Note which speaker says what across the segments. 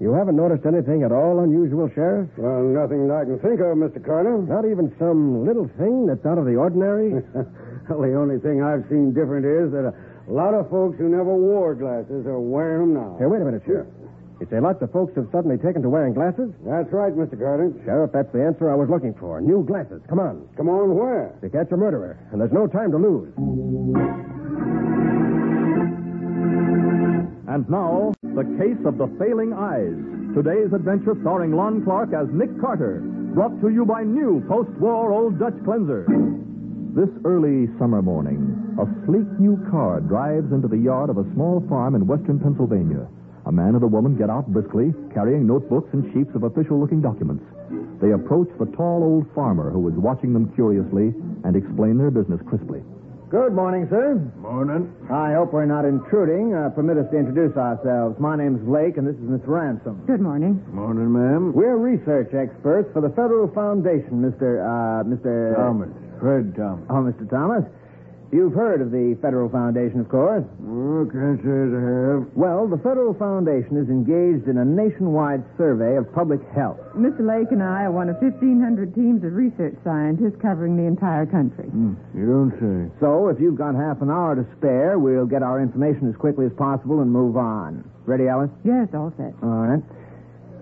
Speaker 1: You haven't noticed anything at all unusual, Sheriff?
Speaker 2: Well, nothing that I can think of, Mr. Carter.
Speaker 1: Not even some little thing that's out of the ordinary?
Speaker 2: well, the only thing I've seen different is that a lot of folks who never wore glasses are wearing them now.
Speaker 1: Hey, wait a minute, Sheriff. You say lots of folks have suddenly taken to wearing glasses?
Speaker 2: That's right, Mr. Carter.
Speaker 1: Sheriff, that's the answer I was looking for. New glasses. Come on.
Speaker 2: Come on, where?
Speaker 1: To catch a murderer, and there's no time to lose.
Speaker 3: And now, the case of the failing eyes. Today's adventure starring Lon Clark as Nick Carter, brought to you by new post-war Old Dutch cleanser. This early summer morning, a sleek new car drives into the yard of a small farm in western Pennsylvania. A man and a woman get out briskly, carrying notebooks and sheets of official-looking documents. They approach the tall old farmer who is watching them curiously and explain their business crisply.
Speaker 1: Good morning, sir.
Speaker 4: Morning.
Speaker 1: I hope we're not intruding. Uh, permit us to introduce ourselves. My name's Blake, and this is Miss Ransom.
Speaker 5: Good morning.
Speaker 4: Morning, ma'am.
Speaker 1: We're research experts for the Federal Foundation, Mr. Uh, Mr.
Speaker 4: Thomas. Fred Thomas.
Speaker 1: Oh, Mr. Thomas. You've heard of the Federal Foundation, of course.
Speaker 4: Oh, can't say as I have.
Speaker 1: Well, the Federal Foundation is engaged in a nationwide survey of public health.
Speaker 5: Mr. Lake and I are one of 1,500 teams of research scientists covering the entire country.
Speaker 1: Mm.
Speaker 4: Hmm, You don't say.
Speaker 1: So, if you've got half an hour to spare, we'll get our information as quickly as possible and move on. Ready, Alice?
Speaker 5: Yes, all set.
Speaker 1: All right.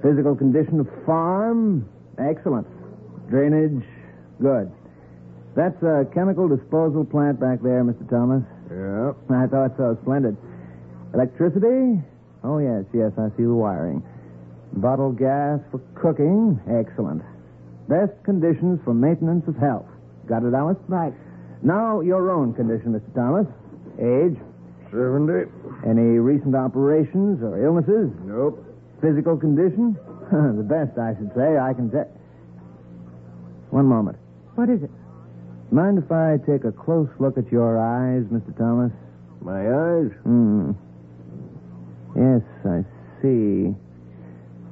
Speaker 1: Physical condition of farm? Excellent. Drainage? Good. That's a chemical disposal plant back there, Mr. Thomas.
Speaker 4: Yep.
Speaker 1: I thought so. Splendid. Electricity? Oh, yes, yes, I see the wiring. Bottle gas for cooking? Excellent. Best conditions for maintenance of health. Got it, Alice?
Speaker 5: Right.
Speaker 1: Now, your own condition, Mr. Thomas. Age?
Speaker 4: 70.
Speaker 1: Any recent operations or illnesses?
Speaker 4: Nope.
Speaker 1: Physical condition? the best, I should say. I can tell. One moment.
Speaker 5: What is it?
Speaker 1: Mind if I take a close look at your eyes, Mr. Thomas?
Speaker 4: My eyes?
Speaker 1: Hmm. Yes, I see.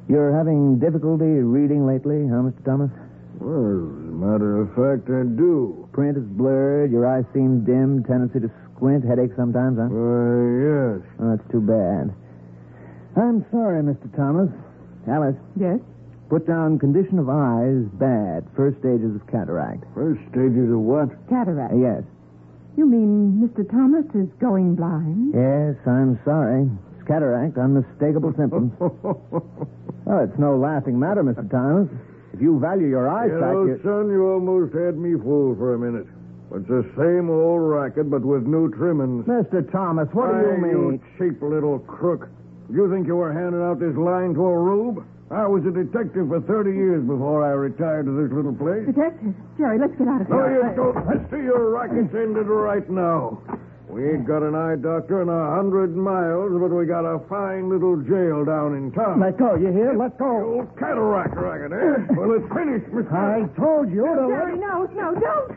Speaker 1: You're having difficulty reading lately, huh, Mr. Thomas?
Speaker 4: Well, as a matter of fact, I do.
Speaker 1: Print is blurred, your eyes seem dim, tendency to squint, headache sometimes, huh?
Speaker 4: Why, yes.
Speaker 1: Oh, that's too bad. I'm sorry, Mr. Thomas. Alice,
Speaker 5: Yes?
Speaker 1: put down condition of eyes bad, first stages of cataract. Uh,
Speaker 4: First stages of what?
Speaker 5: Cataract.
Speaker 1: Yes.
Speaker 5: You mean Mr. Thomas is going blind?
Speaker 1: Yes, I'm sorry. It's cataract, unmistakable symptoms. well, it's no laughing matter, Mr. Thomas. If you value your eyesight,
Speaker 4: you know,
Speaker 1: you-
Speaker 4: son, you almost had me fooled for a minute. It's the same old racket, but with new trimmings.
Speaker 1: Mr. Thomas, what do
Speaker 4: Why,
Speaker 1: you mean?
Speaker 4: You cheap little crook. You think you were handing out this line to a rube? I was a detective for 30 years before I retired to this little place.
Speaker 5: Detective, Jerry, let's get out of
Speaker 4: No,
Speaker 5: here.
Speaker 4: you don't, mister. Your racket's ended right now. We ain't got an eye doctor in a hundred miles, but we got a fine little jail down in town.
Speaker 1: Let go, you hear? Let
Speaker 4: The
Speaker 1: go.
Speaker 4: old cataract racket, eh? Well, it's finished, mister.
Speaker 1: I told you to let
Speaker 5: Jerry, no, no, don't.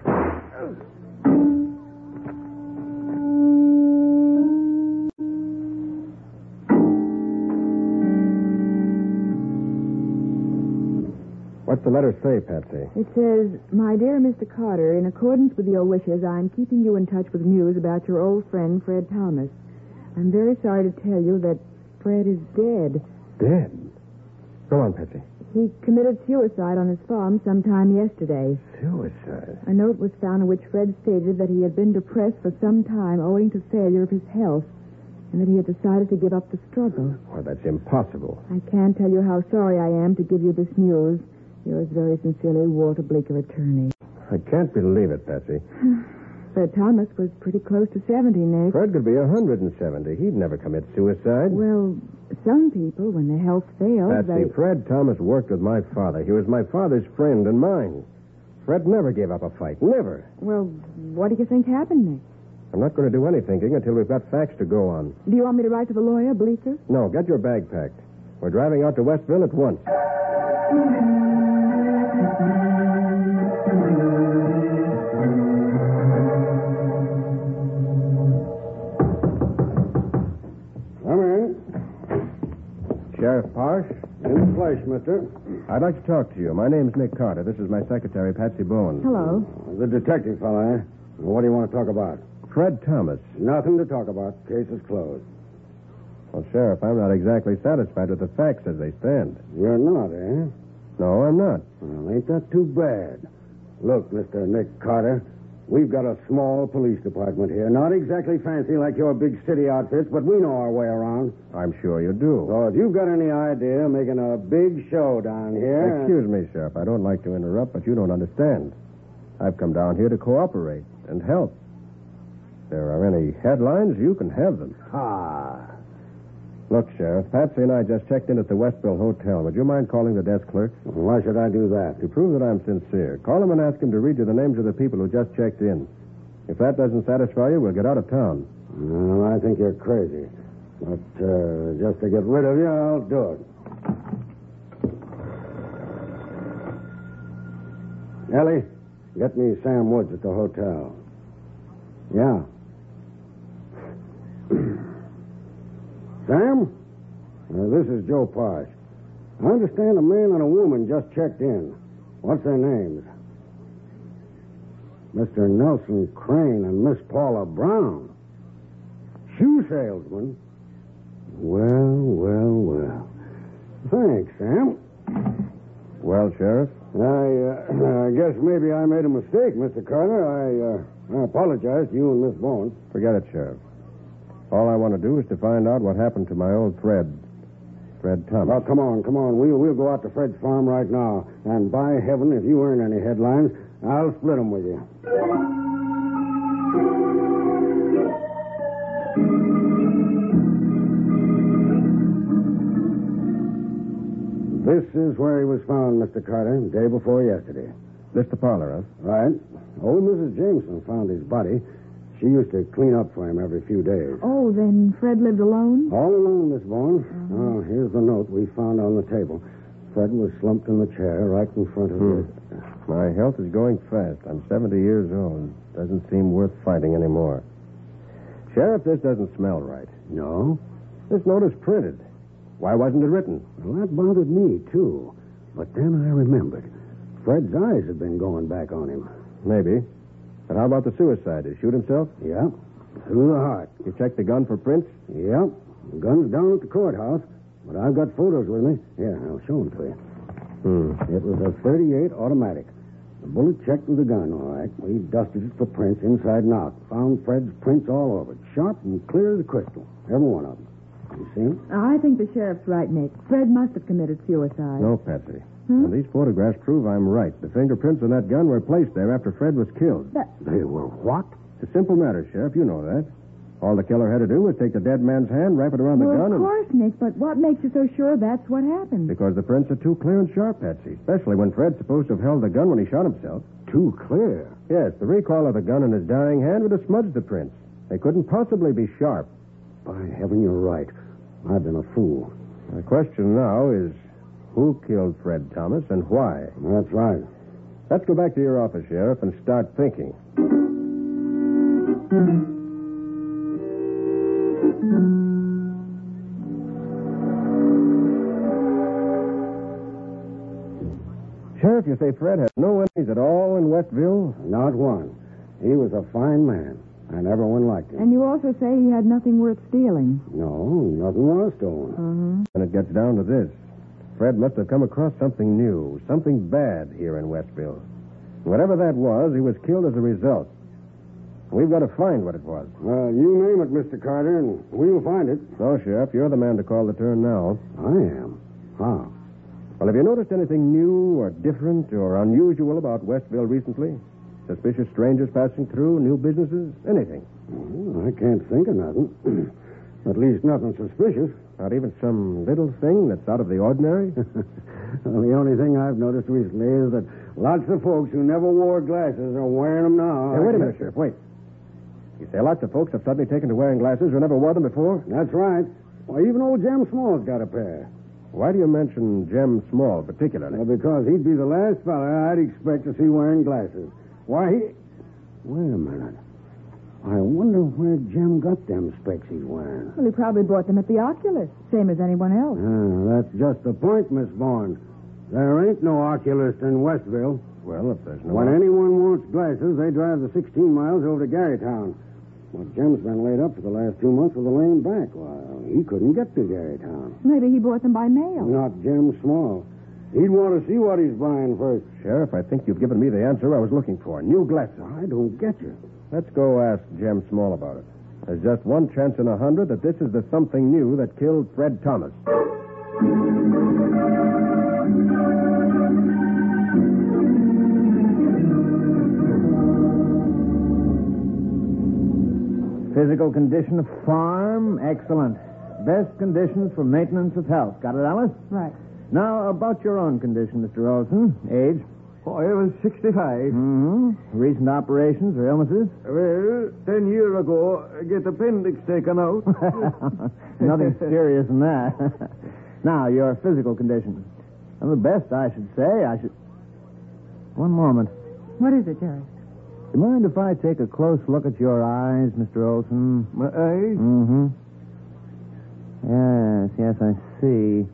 Speaker 1: What's the letter say, Patsy?
Speaker 6: It says, My dear Mr. Carter, in accordance with your wishes, I am keeping you in touch with news about your old friend, Fred Thomas. I'm very sorry to tell you that Fred is dead.
Speaker 1: Dead. Go on, Patsy.
Speaker 6: He committed suicide on his farm sometime yesterday.
Speaker 1: Suicide.
Speaker 6: A note was found in which Fred stated that he had been depressed for some time owing to failure of his health. and that he had decided to give up the struggle.
Speaker 3: Why, that's impossible.
Speaker 6: I can't tell you how sorry I am to give you this news. Yours very sincerely, Walter Bleeker, attorney.
Speaker 3: I can't believe it, Patsy.
Speaker 6: Fred Thomas was pretty close to 70, Nick.
Speaker 3: Fred could be 170. He'd never commit suicide.
Speaker 6: Well, some people, when their health fails,
Speaker 3: Patsy,
Speaker 6: they...
Speaker 3: Fred Thomas worked with my father. He was my father's friend and mine. Fred never gave up a fight. Never.
Speaker 6: Well, what do you think happened, Nick?
Speaker 3: I'm not going to do any thinking until we've got facts to go on.
Speaker 6: Do you want me to write to the lawyer, Bleeker?
Speaker 3: No, get your bag packed. We're driving out to Westville at once.
Speaker 4: Come in.
Speaker 3: Sheriff Parsh,
Speaker 4: In the flesh, mister.
Speaker 3: I'd like to talk to you. My name's Nick Carter. This is my secretary, Patsy Boone.
Speaker 6: Hello.
Speaker 4: The detective fella, eh? What do you want to talk about?
Speaker 3: Fred Thomas.
Speaker 4: Nothing to talk about. Case is closed.
Speaker 3: Well, Sheriff, I'm not exactly satisfied with the facts as they stand.
Speaker 4: You're not, eh?
Speaker 3: No, I'm not.
Speaker 4: Well, ain't that too bad? Look, Mr. Nick Carter, we've got a small police department here. Not exactly fancy like your big city outfits, but we know our way around.
Speaker 3: I'm sure you do.
Speaker 4: So if you've got any idea of making a big show down here. uh,
Speaker 3: Excuse me, Sheriff. I don't like to interrupt, but you don't understand. I've come down here to cooperate and help. If there are any headlines, you can have them.
Speaker 4: Ah.
Speaker 3: Look, Sheriff, Patsy and I just checked in at the Westville Hotel. Would you mind calling the desk clerk?
Speaker 4: Why should I do that?
Speaker 3: To prove that I'm sincere, call him and ask him to read you the names of the people who just checked in. If that doesn't satisfy you, we'll get out of town.
Speaker 4: Well, I think you're crazy. But uh, just to get rid of you, I'll do it. Ellie, get me Sam Woods at the hotel. Yeah. Sam? Uh, this is Joe Parsh. I understand a man and a woman just checked in. What's their names? Mr. Nelson Crane and Miss Paula Brown. Shoe salesman? Well, well, well. Thanks, Sam.
Speaker 3: Well, Sheriff,
Speaker 4: I, uh, I guess maybe I made a mistake, Mr. Carter. I, uh, I apologize to you and Miss Bowen.
Speaker 3: forget it, Sheriff. All I want to do is to find out what happened to my old Fred. Fred Thomas.
Speaker 4: Well, come on, come on. We'll, we'll go out to Fred's farm right now. And by heaven, if you earn any headlines, I'll split them with you. This is where he was found, Mr. Carter, day before yesterday.
Speaker 3: This the parlor, huh?
Speaker 4: Right? Old Mrs. Jameson found his body. She used to clean up for him every few days.
Speaker 6: Oh, then Fred lived alone?
Speaker 4: All alone, Miss Vaughn. Oh, here's the note we found on the table. Fred was slumped in the chair right in front of
Speaker 3: Hmm.
Speaker 4: her.
Speaker 3: My health is going fast. I'm 70 years old. Doesn't seem worth fighting anymore. Sheriff, this doesn't smell right.
Speaker 4: No?
Speaker 3: This note is printed. Why wasn't it written?
Speaker 4: Well, that bothered me, too. But then I remembered. Fred's eyes had been going back on him.
Speaker 3: Maybe. But how about the suicide? Did he shoot himself?
Speaker 4: Yep. Through the heart.
Speaker 3: You checked the gun for prints?
Speaker 4: Yep. Gun's down at the courthouse. But I've got photos with me. Here, I'll show them to you.
Speaker 3: Hmm.
Speaker 4: It was a 38 automatic. The bullet checked with the gun, all right. We dusted it for prints inside and out. Found Fred's prints all over it, sharp and clear as a crystal. Every one of them. You see 'em?
Speaker 6: I think the sheriff's right, Nick. Fred must have committed suicide.
Speaker 3: No, Patsy.
Speaker 6: Hmm?
Speaker 3: And these photographs prove I'm right. The fingerprints on that gun were placed there after Fred was killed.
Speaker 4: They were what?
Speaker 3: It's a simple matter, Sheriff. You know that. All the killer had to do was take the dead man's hand, wrap it around the
Speaker 6: well,
Speaker 3: gun,
Speaker 6: of
Speaker 3: and.
Speaker 6: course, Nick, but what makes you so sure that's what happened?
Speaker 3: Because the prints are too clear and sharp, Patsy. Especially when Fred's supposed to have held the gun when he shot himself.
Speaker 4: Too clear.
Speaker 3: Yes, the recall of the gun in his dying hand would have smudged the prints. They couldn't possibly be sharp.
Speaker 4: By heaven, you're right. I've been a fool.
Speaker 3: The question now is who killed Fred Thomas and why?
Speaker 4: That's right.
Speaker 3: Let's go back to your office, Sheriff, and start thinking. Sheriff, you say Fred had no enemies at all in Westville?
Speaker 4: Not one. He was a fine man, and everyone liked him.
Speaker 6: And you also say he had nothing worth stealing.
Speaker 4: No, nothing was stolen.
Speaker 6: Uh-huh.
Speaker 3: And it gets down to this. Fred must have come across something new, something bad here in Westville. Whatever that was, he was killed as a result. We've got to find what it was.
Speaker 4: Well, Uh, you name it, Mr. Carter, and we'll find it.
Speaker 3: No, Sheriff, you're the man to call the turn now.
Speaker 4: I am. How?
Speaker 3: Well, have you noticed anything new or different or unusual about Westville recently? Suspicious strangers passing through, new businesses, anything?
Speaker 4: Well, I can't think of nothing. At least nothing suspicious.
Speaker 3: Not even some little thing that's out of the ordinary?
Speaker 4: Well, the only thing I've noticed recently is that lots of folks who never wore glasses are wearing them now.
Speaker 3: Hey, wait a minute, Sheriff. Wait. You say lots of folks have suddenly taken to wearing glasses who never wore them before?
Speaker 4: That's right. Why, even old Jem Small's got a pair.
Speaker 3: Why do you mention Jem Small particularly?
Speaker 4: Uh, because he'd be the last fella I'd expect to see wearing glasses. Why, he. Wait a minute. I wonder where Jem got them specs he's wearing.
Speaker 6: Well, he probably bought them at the Oculus, same as anyone else.
Speaker 4: Ah, that's just the point, Miss Vaughn. There ain't no oculist in Westville.
Speaker 3: Well, if there's no.
Speaker 4: When anyone wants glasses, they drive the 16 miles over to Garytown. Well, Jim's been laid up for the last two months with a lame back. Well, he couldn't get to Garytown.
Speaker 6: Maybe he bought them by mail.
Speaker 4: Not Jim Small. He'd want to see what he's buying first.
Speaker 3: Sheriff, I think you've given me the answer I was looking for. New glasses.
Speaker 4: I don't get you.
Speaker 3: Let's go ask Jem Small about it. There's just one chance in a hundred that this is the something new that killed Fred Thomas.
Speaker 1: Physical condition of farm, excellent. Best conditions for maintenance of health. Got it, Alice?
Speaker 5: Right.
Speaker 1: Now, about your own condition, Mr. Olson. Age?
Speaker 7: Oh, I was 65.
Speaker 1: Mm-hmm. Recent operations or illnesses?
Speaker 7: Well, ten years ago, I get appendix taken out.
Speaker 1: Nothing serious in that. now, your physical condition. Well, the best, I should say. I should. One moment.
Speaker 5: What is it, Jerry?
Speaker 1: Do you mind if I take a close look at your eyes, Mr. Olson?
Speaker 7: My eyes?
Speaker 1: Mm-hmm. Yes, yes, I see.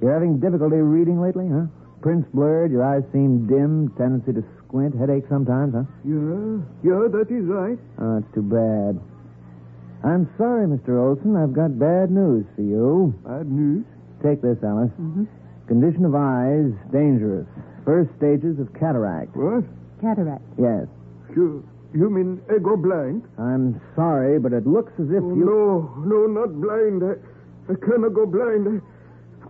Speaker 1: You're having difficulty reading lately, huh? Prints blurred, your eyes seem dim, tendency to squint, headache sometimes, huh?
Speaker 7: Yeah, yeah, that is right.
Speaker 1: Oh, it's too bad. I'm sorry, Mr. Olson. I've got bad news for you.
Speaker 7: Bad news.
Speaker 1: Take this, Alice.
Speaker 7: Mm-hmm.
Speaker 5: Mhm.
Speaker 1: Condition of eyes, dangerous. First stages of cataract.
Speaker 7: What?
Speaker 5: Cataract.
Speaker 1: Yes.
Speaker 7: You, you mean I go blind?
Speaker 1: I'm sorry, but it looks as if
Speaker 7: Oh,
Speaker 1: you.
Speaker 7: No, no, not blind. I, I cannot go blind. I,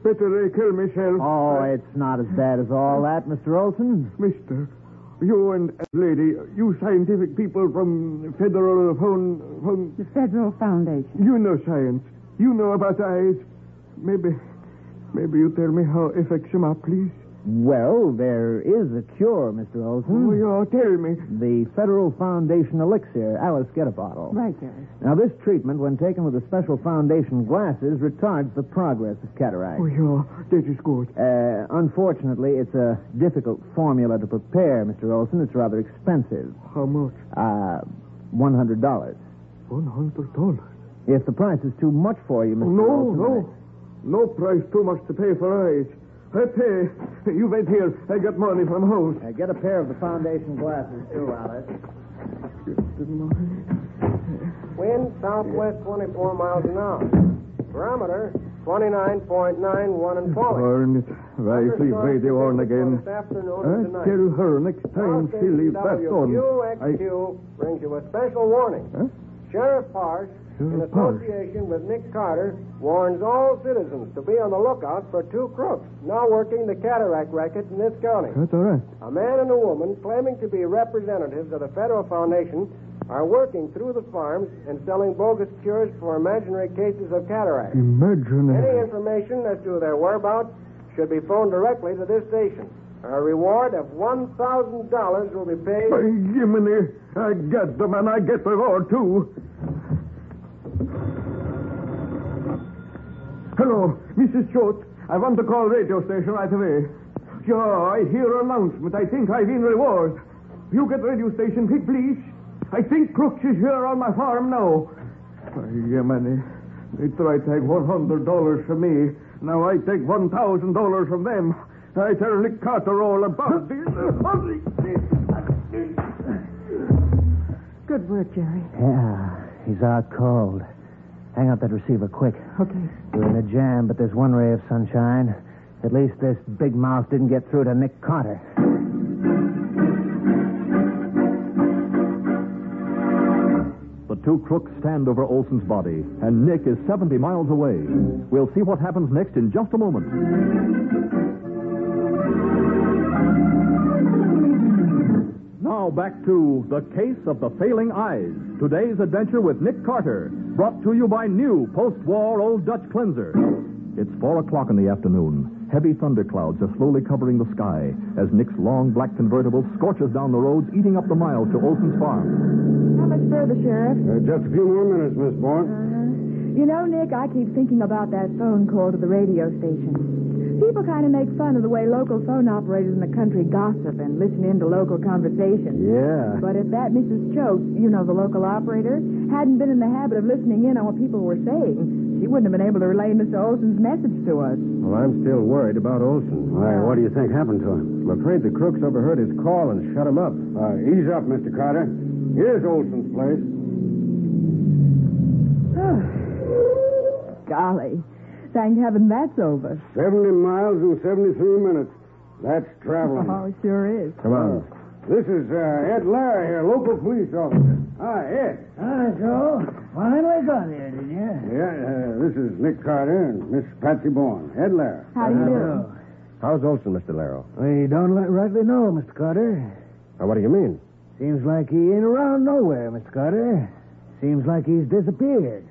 Speaker 7: better I kill myself.
Speaker 1: Oh, it's not as bad as all that, Mr. Olson.
Speaker 7: Mister, you and lady, you scientific people from Federal Phone, phone
Speaker 5: The Federal Foundation.
Speaker 7: You know science. You know about eyes. Maybe, maybe you tell me how affects them are, please.
Speaker 1: Well, there is a cure, Mr.
Speaker 7: Oh,
Speaker 1: Olson.
Speaker 7: yeah, tell me.
Speaker 1: The Federal Foundation Elixir. Alice, get a bottle.
Speaker 5: Right, Jerry.
Speaker 1: Now, this treatment, when taken with the special foundation glasses, retards the progress of cataract.
Speaker 7: Oh, yeah, that is good.
Speaker 1: Uh, unfortunately, it's a difficult formula to prepare, Mr. Olson. It's rather expensive.
Speaker 7: How much?
Speaker 1: Uh, $100.
Speaker 7: One hundred dollars.
Speaker 1: If the price is too much for you, Mr.
Speaker 7: No,
Speaker 1: Olson.
Speaker 7: no. No price too much to pay for eyes. I pay. You wait here. I got money from house.
Speaker 1: Uh, get a pair of the foundation glasses, too, Alice.
Speaker 8: Wind southwest 24 miles an hour. Barometer 29.91 and falling.
Speaker 7: Hornet, rifle, radio on again.
Speaker 8: This afternoon
Speaker 7: I
Speaker 8: and tonight.
Speaker 7: tell her next time she leave that on.
Speaker 8: WQXQ brings you a special warning.
Speaker 7: Huh?
Speaker 8: Sheriff Parsh, in
Speaker 7: Sheriff Parsh.
Speaker 8: association with Nick Carter, warns all citizens to be on the lookout for two crooks now working the cataract racket in this county.
Speaker 7: That's all right.
Speaker 8: A man and a woman claiming to be representatives of the Federal Foundation are working through the farms and selling bogus cures for imaginary cases of cataract. Any
Speaker 7: Imaginary.
Speaker 8: information as to their whereabouts should be phoned directly to this station. A reward of $1,000 will be paid.
Speaker 7: By Jiminy, I get them and I get reward too. Hello, Mrs. Short. I want to call radio station right away. Yeah, I hear announcement. I think I win reward. You get radio station quick, please. I think Crooks is here on my farm now. By Jiminy, they try to take one hundred dollars from me. Now I take one thousand dollars from them. I tell Nick Carter all about this.
Speaker 5: Good work, Jerry.
Speaker 1: Yeah, he's out cold. Hang up that receiver quick.
Speaker 5: Okay.
Speaker 1: We're in a jam, but there's one ray of sunshine. At least this big mouth didn't get through to Nick Carter.
Speaker 9: Two crooks stand over Olson's body, and Nick is 70 miles away. We'll see what happens next in just a moment. Now back to The Case of the Failing Eyes. Today's adventure with Nick Carter, brought to you by new post war Old Dutch Cleanser. It's 4 o'clock in the afternoon. Heavy thunderclouds are slowly covering the sky as Nick's long black convertible scorches down the roads, eating up the miles to Olson's farm.
Speaker 6: How much further, Sheriff?
Speaker 4: Uh, just a few more minutes, Miss Bourne.
Speaker 6: You know, Nick, I keep thinking about that phone call to the radio station. People kind of make fun of the way local phone operators in the country gossip and listen in to local conversations.
Speaker 1: Yeah.
Speaker 6: But if that Mrs. Choate, you know, the local operator, hadn't been in the habit of listening in on what people were saying, she wouldn't have been able to relay Mr. Olson's message to us.
Speaker 3: Well, I'm still worried about Olson.
Speaker 4: Why, what do you think happened to him?
Speaker 3: I'm afraid the crooks overheard his call and shut him up.
Speaker 4: Uh, ease up, Mr. Carter. Here's Olson's place.
Speaker 6: Golly. Thank heaven that's over.
Speaker 4: 70 miles in 73 minutes. That's traveling.
Speaker 6: Oh, sure is.
Speaker 3: Come on.
Speaker 4: This is uh, Ed Larry here, local police officer. Hi, Ed.
Speaker 1: Hi, Joe. Finally got here, did you?
Speaker 4: Yeah, uh, this is Nick Carter and Miss Patsy Bourne. Ed Larry.
Speaker 6: How do you do?
Speaker 3: How's Olson, Mr. Larrow?
Speaker 1: We don't let rightly know, Mr. Carter.
Speaker 3: Now, what do you mean?
Speaker 1: Seems like he ain't around nowhere, Mr. Carter. Seems like he's disappeared.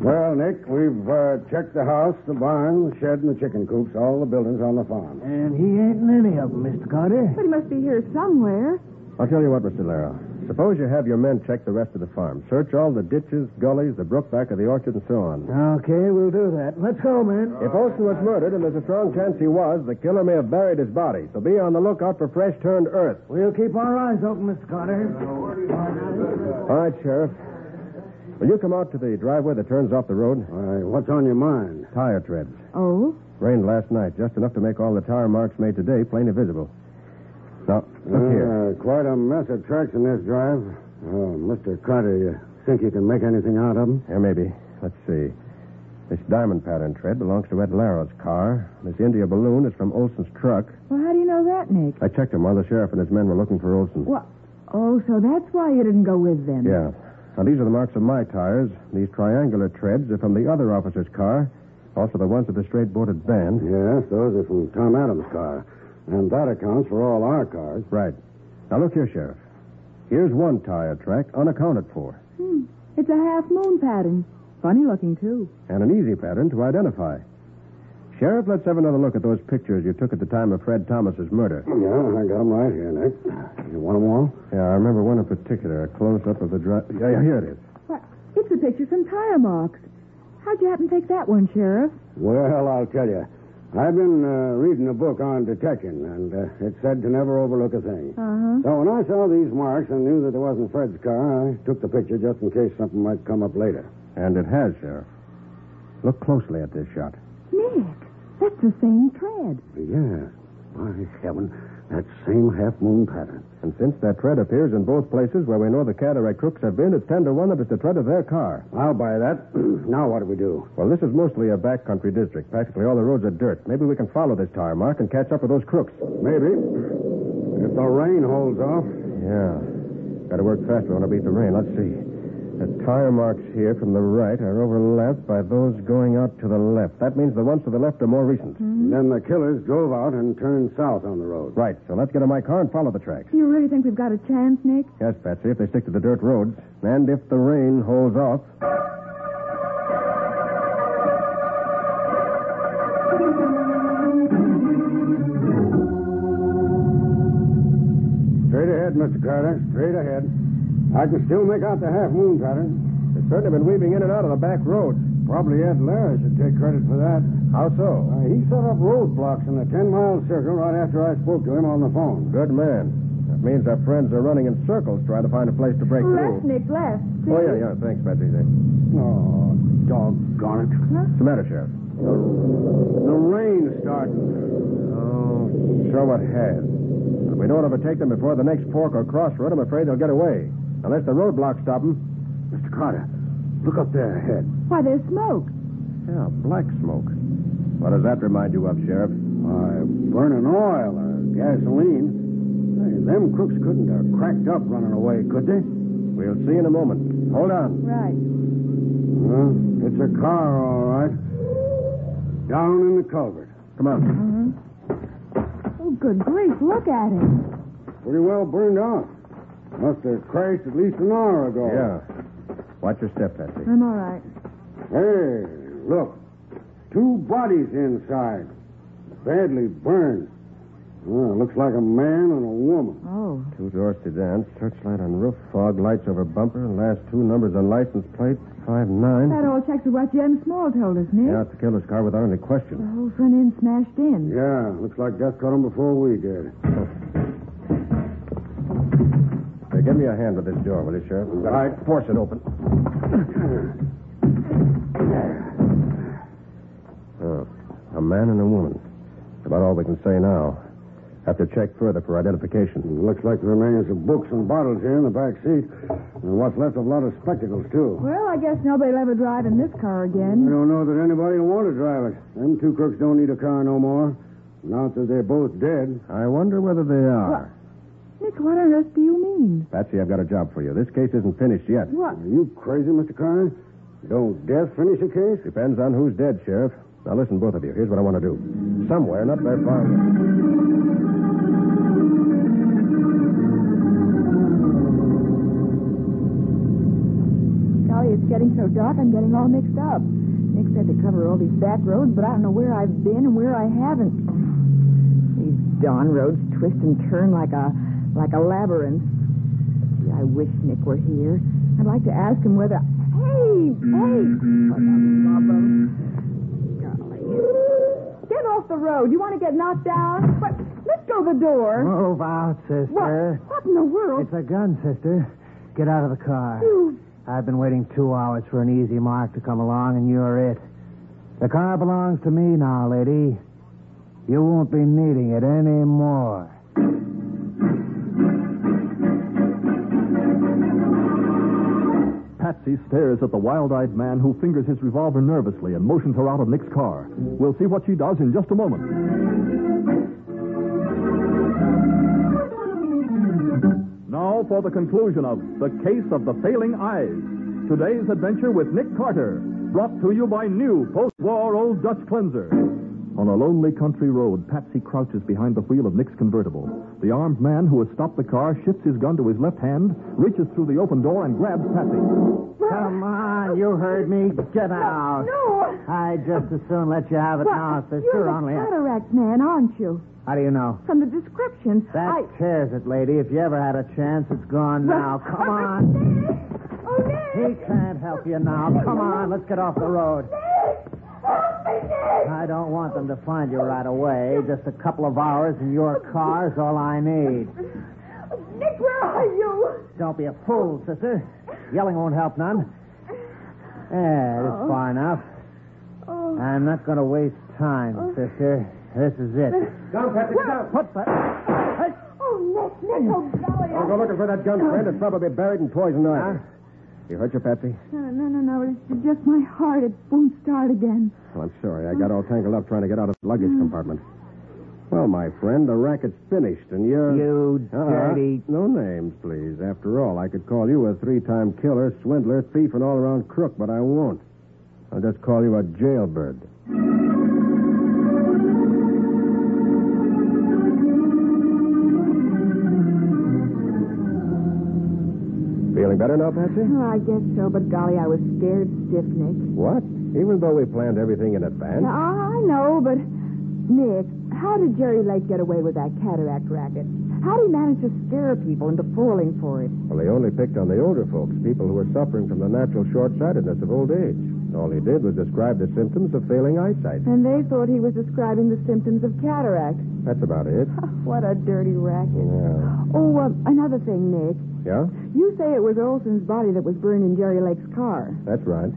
Speaker 4: Well, Nick, we've uh, checked the house, the barn, the shed, and the chicken coops, all the buildings on the farm.
Speaker 1: And he ain't in any of them, Mr. Carter.
Speaker 6: But he must be here somewhere.
Speaker 3: I'll tell you what, Mr. Larrow. Suppose you have your men check the rest of the farm. Search all the ditches, gullies, the brook back of the orchard, and so on.
Speaker 1: Okay, we'll do that. Let's go, man.
Speaker 3: If Olson was murdered, and there's a strong chance he was, the killer may have buried his body. So be on the lookout for fresh turned earth.
Speaker 1: We'll keep our eyes open, Mr. Carter.
Speaker 3: All right, Sheriff. Will you come out to the driveway that turns off the road?
Speaker 4: Why, what's on your mind?
Speaker 3: Tire treads.
Speaker 6: Oh?
Speaker 3: Rained last night, just enough to make all the tire marks made today plainly visible. Now, look here.
Speaker 4: Uh, quite a mess of tracks in this drive. Oh, Mr. Carter, you think you can make anything out of them?
Speaker 3: Yeah, maybe. Let's see. This diamond pattern tread belongs to Ed Larrow's car. This India balloon is from Olson's truck.
Speaker 6: Well, how do you know that, Nick?
Speaker 3: I checked him while the sheriff and his men were looking for Olson.
Speaker 6: What? Oh, so that's why you didn't go with them.
Speaker 3: Yeah. Now, these are the marks of my tires. These triangular treads are from the other officer's car. Also, the ones of the straight boarded band.
Speaker 4: Yes, those are from Tom Adams' car. And that accounts for all our cars.
Speaker 3: Right. Now, look here, Sheriff. Here's one tire track unaccounted for,
Speaker 6: Hmm. It's a half moon pattern. Funny looking, too.
Speaker 3: and an easy pattern to identify. Sheriff, let's have another look at those pictures you took at the time of Fred Thomas's murder.
Speaker 4: Yeah, I got them right here, Nick. You want them all?
Speaker 3: Yeah, I remember one in particular, a close up of the drive. Yeah, yeah, here it is.
Speaker 6: What? It's a picture from Tire Marks. How'd you happen to take that one, Sheriff?
Speaker 4: Well, I'll tell you. I've been uh, reading a book on detection, and uh, it said to never overlook a thing.
Speaker 6: Uh-huh.
Speaker 4: So when I saw these marks and knew that it wasn't Fred's car, I took the picture just in case something might come up later.
Speaker 3: And it has, Sheriff. Look closely at this shot.
Speaker 6: Nick, that's the same tread.
Speaker 4: Yes. By heaven, that same half moon pattern.
Speaker 3: And since that tread appears in both places where we know the cataract crooks have been, it's ten to one that it's the tread of their car.
Speaker 4: I'll buy that. now what do we do?
Speaker 3: Well, this is mostly a backcountry district. Practically all the roads are dirt. Maybe we can follow this tire mark and catch up with those crooks.
Speaker 4: Maybe. If the rain holds off.
Speaker 3: Yeah. Gotta work fast. We want to beat the rain. Let's see. The tire marks here from the right are overlapped by those going out to the left. That means the ones to the left are more recent.
Speaker 4: Hmm? Then the killers drove out and turned south on the road.
Speaker 3: Right, so let's get in my car and follow the tracks.
Speaker 6: Do you really think we've got a chance, Nick?
Speaker 3: Yes, Patsy, if they stick to the dirt roads. And if the rain holds off.
Speaker 4: Straight ahead, Mr. Carter. Straight ahead. I can still make out the half moon pattern.
Speaker 3: They've certainly been weaving in and out of the back roads.
Speaker 4: Probably Ed Larry should take credit for that.
Speaker 3: How so?
Speaker 4: Uh, he set up roadblocks in a 10 mile circle right after I spoke to him on the phone.
Speaker 3: Good man. That means our friends are running in circles trying to find a place to break
Speaker 6: Left,
Speaker 3: through.
Speaker 6: Nick, left. See?
Speaker 3: Oh, yeah, yeah. Thanks, Patsy. Thanks.
Speaker 4: Oh, doggone it.
Speaker 3: What's the matter, Sheriff?
Speaker 4: The rain started.
Speaker 3: Oh, so it has. we don't overtake them before the next fork or crossroad, I'm afraid they'll get away. Unless the roadblocks stop them.
Speaker 4: Mr. Carter, look up there ahead.
Speaker 6: Why, there's smoke.
Speaker 3: Yeah, black smoke. What does that remind you of, Sheriff?
Speaker 4: Why, burning oil or gasoline. Hey, them crooks couldn't have cracked up running away, could they?
Speaker 3: We'll see in a moment. Hold on.
Speaker 6: Right.
Speaker 4: Well, it's a car, all right. Down in the culvert.
Speaker 3: Come on.
Speaker 6: Oh, good grief, look at it.
Speaker 4: Pretty well burned out. Must have crashed at least an hour ago.
Speaker 3: Yeah. Watch your step, Patsy.
Speaker 6: I'm all right.
Speaker 4: Hey, look. Two bodies inside. Badly burned. Well, looks like a man and a woman.
Speaker 6: Oh,
Speaker 3: Two door sedan, searchlight on roof, fog lights over bumper, last two numbers on license plate, five nine.
Speaker 6: that all checks with what Jem Small told us, Nick.
Speaker 3: Yeah, it's the killer's car without any question.
Speaker 6: The whole front end smashed in.
Speaker 4: Yeah, looks like death caught him before we did.
Speaker 3: Hey, give me a hand with this door, will you, Sheriff? All right, force it open. Oh, a man and a woman. About all we can say now. Have to check further for identification.
Speaker 4: Looks like the remains of books and bottles here in the back seat. And what's left of a lot of spectacles, too.
Speaker 6: Well, I guess nobody'll ever drive in this car
Speaker 4: I
Speaker 6: again.
Speaker 4: don't know that anybody will want to drive it. Them two crooks don't need a car no more. Not that they're both dead.
Speaker 3: I wonder whether they are.
Speaker 6: Nick, what on earth do you mean?
Speaker 3: Patsy, I've got a job for you. This case isn't finished yet.
Speaker 6: What?
Speaker 4: Are you crazy, Mr. Carter? Don't death finish a case?
Speaker 3: Depends on who's dead, Sheriff. Now listen, both of you. Here's what I want to do. Somewhere, not very far.
Speaker 6: Golly, it's getting so dark, I'm getting all mixed up. Nick said to cover all these back roads, but I don't know where I've been and where I haven't. These dawn roads twist and turn like a like a labyrinth. Gee, I wish Nick were here. I'd like to ask him whether. Hey, hey! What a bubble. Golly. Get off the road. You want to get knocked down? But let's go the door.
Speaker 1: Move out, sister.
Speaker 6: What? What in the world?
Speaker 1: It's a gun, sister. Get out of the car.
Speaker 6: You
Speaker 1: I've been waiting two hours for an easy mark to come along, and you're it. The car belongs to me now, lady. You won't be needing it anymore.
Speaker 9: Patsy stares at the wild eyed man who fingers his revolver nervously and motions her out of Nick's car. We'll see what she does in just a moment. Now for the conclusion of The Case of the Failing Eyes. Today's adventure with Nick Carter, brought to you by new post war Old Dutch Cleanser. On a lonely country road, Patsy crouches behind the wheel of Nick's convertible. The armed man who has stopped the car shifts his gun to his left hand, reaches through the open door, and grabs Patsy.
Speaker 1: Come on, you heard me. Get out.
Speaker 6: no.
Speaker 1: I just as soon let you have it
Speaker 6: What?
Speaker 1: now, sister.
Speaker 6: You're the
Speaker 1: only
Speaker 6: cataract man, aren't you?
Speaker 1: how do you know?
Speaker 6: From the description,
Speaker 1: That
Speaker 6: I.
Speaker 1: tears it, lady. If you ever had a chance, it's gone now. Come on.
Speaker 6: on. Oh,
Speaker 1: He
Speaker 6: Nick!
Speaker 1: can't help you now. Come on, let's get off the road. I don't want them to find you right away. Just a couple of hours in your car's all I need.
Speaker 6: Nick, where are you?
Speaker 1: Don't be a fool, sister. Yelling won't help none. Yeah, it's far enough.
Speaker 6: Oh,
Speaker 1: I'm not going to waste time, sister. This is it.
Speaker 3: Down, Patsy, down.
Speaker 1: What the? Hey,
Speaker 6: oh Nick, Nick, oh, golly.
Speaker 3: Don't go looking for that gun, friend. It's probably buried in poison ivy. You hurt your Patsy?
Speaker 6: No, no, no, no. It's just my heart. It won't start again.
Speaker 3: Well, I'm sorry. I got all tangled up trying to get out of the luggage compartment. Well, my friend, the racket's finished, and you're.
Speaker 1: You
Speaker 3: Uh-uh.
Speaker 1: dirty.
Speaker 3: No names, please. After all, I could call you a three time killer, swindler, thief, and all around crook, but I won't. I'll just call you a jailbird. Feeling better now, Patsy?
Speaker 6: Well, I guess so, but golly, I was scared stiff, Nick.
Speaker 3: What? Even though we planned everything in advance?
Speaker 6: Now, I I know, but. Nick, how did Jerry Lake get away with that cataract racket? How did he manage to scare people into falling for it?
Speaker 3: Well, he only picked on the older folks, people who were suffering from the natural short-sightedness of old age. All he did was describe the symptoms of failing eyesight.
Speaker 6: And they thought he was describing the symptoms of cataract.
Speaker 3: That's about it.
Speaker 6: What a dirty racket.
Speaker 3: Yeah.
Speaker 6: Oh, uh, another thing, Nick.
Speaker 3: Yeah?
Speaker 6: You say it was Olson's body that was burned in Jerry Lake's car.
Speaker 3: That's right.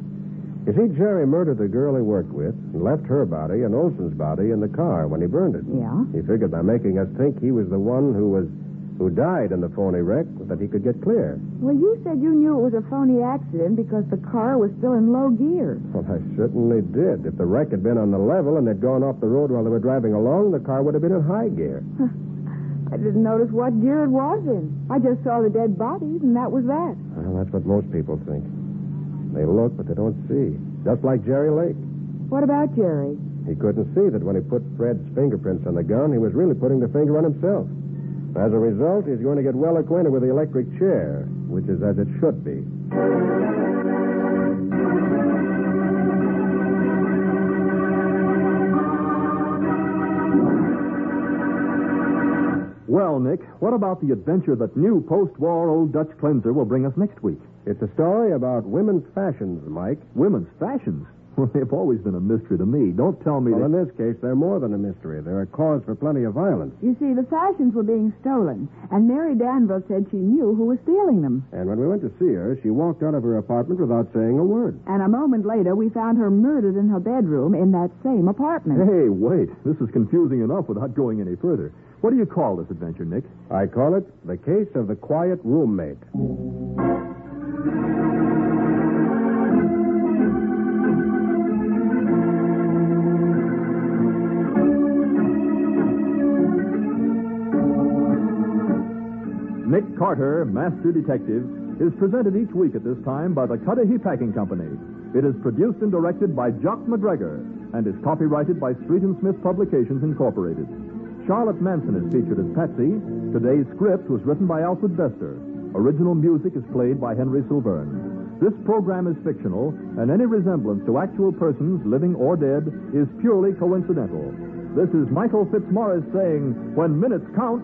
Speaker 4: You see, Jerry murdered the girl he worked with and left her body and Olson's body in the car when he burned it.
Speaker 6: Yeah?
Speaker 4: He figured by making us think he was the one who was who died in the phony wreck that he could get clear.
Speaker 6: Well, you said you knew it was a phony accident because the car was still in low gear.
Speaker 4: Well, I certainly did. If the wreck had been on the level and had gone off the road while they were driving along, the car would have been in high gear.
Speaker 6: I didn't notice what gear it was in. I just saw the dead bodies, and that was that.
Speaker 4: Well, that's what most people think. They look, but they don't see. Just like Jerry Lake.
Speaker 6: What about Jerry?
Speaker 4: He couldn't see that when he put Fred's fingerprints on the gun, he was really putting the finger on himself. As a result, he's going to get well acquainted with the electric chair, which is as it should be.
Speaker 3: Well, Nick, what about the adventure that new post war old Dutch cleanser will bring us next week?
Speaker 4: It's a story about women's fashions, Mike.
Speaker 3: Women's fashions? Well, they've always been a mystery to me. Don't tell me
Speaker 4: Well,
Speaker 3: that.
Speaker 4: in this case, they're more than a mystery. They're a cause for plenty of violence.
Speaker 6: You see, the fashions were being stolen, and Mary Danville said she knew who was stealing them.
Speaker 4: And when we went to see her, she walked out of her apartment without saying a word.
Speaker 6: And a moment later, we found her murdered in her bedroom in that same apartment.
Speaker 3: Hey, wait. This is confusing enough without going any further. What do you call this adventure, Nick?
Speaker 4: I call it the case of the quiet roommate.
Speaker 3: Nick Carter, Master Detective, is presented each week at this time by the Cudahy Packing Company. It is produced and directed by Jock McGregor and is copyrighted by Street and Smith Publications Incorporated. Charlotte Manson is featured as Patsy. Today's script was written by Alfred Bester. Original music is played by Henry Silverne. This program is fictional, and any resemblance to actual persons, living or dead, is purely coincidental. This is Michael Fitzmaurice saying, when minutes count,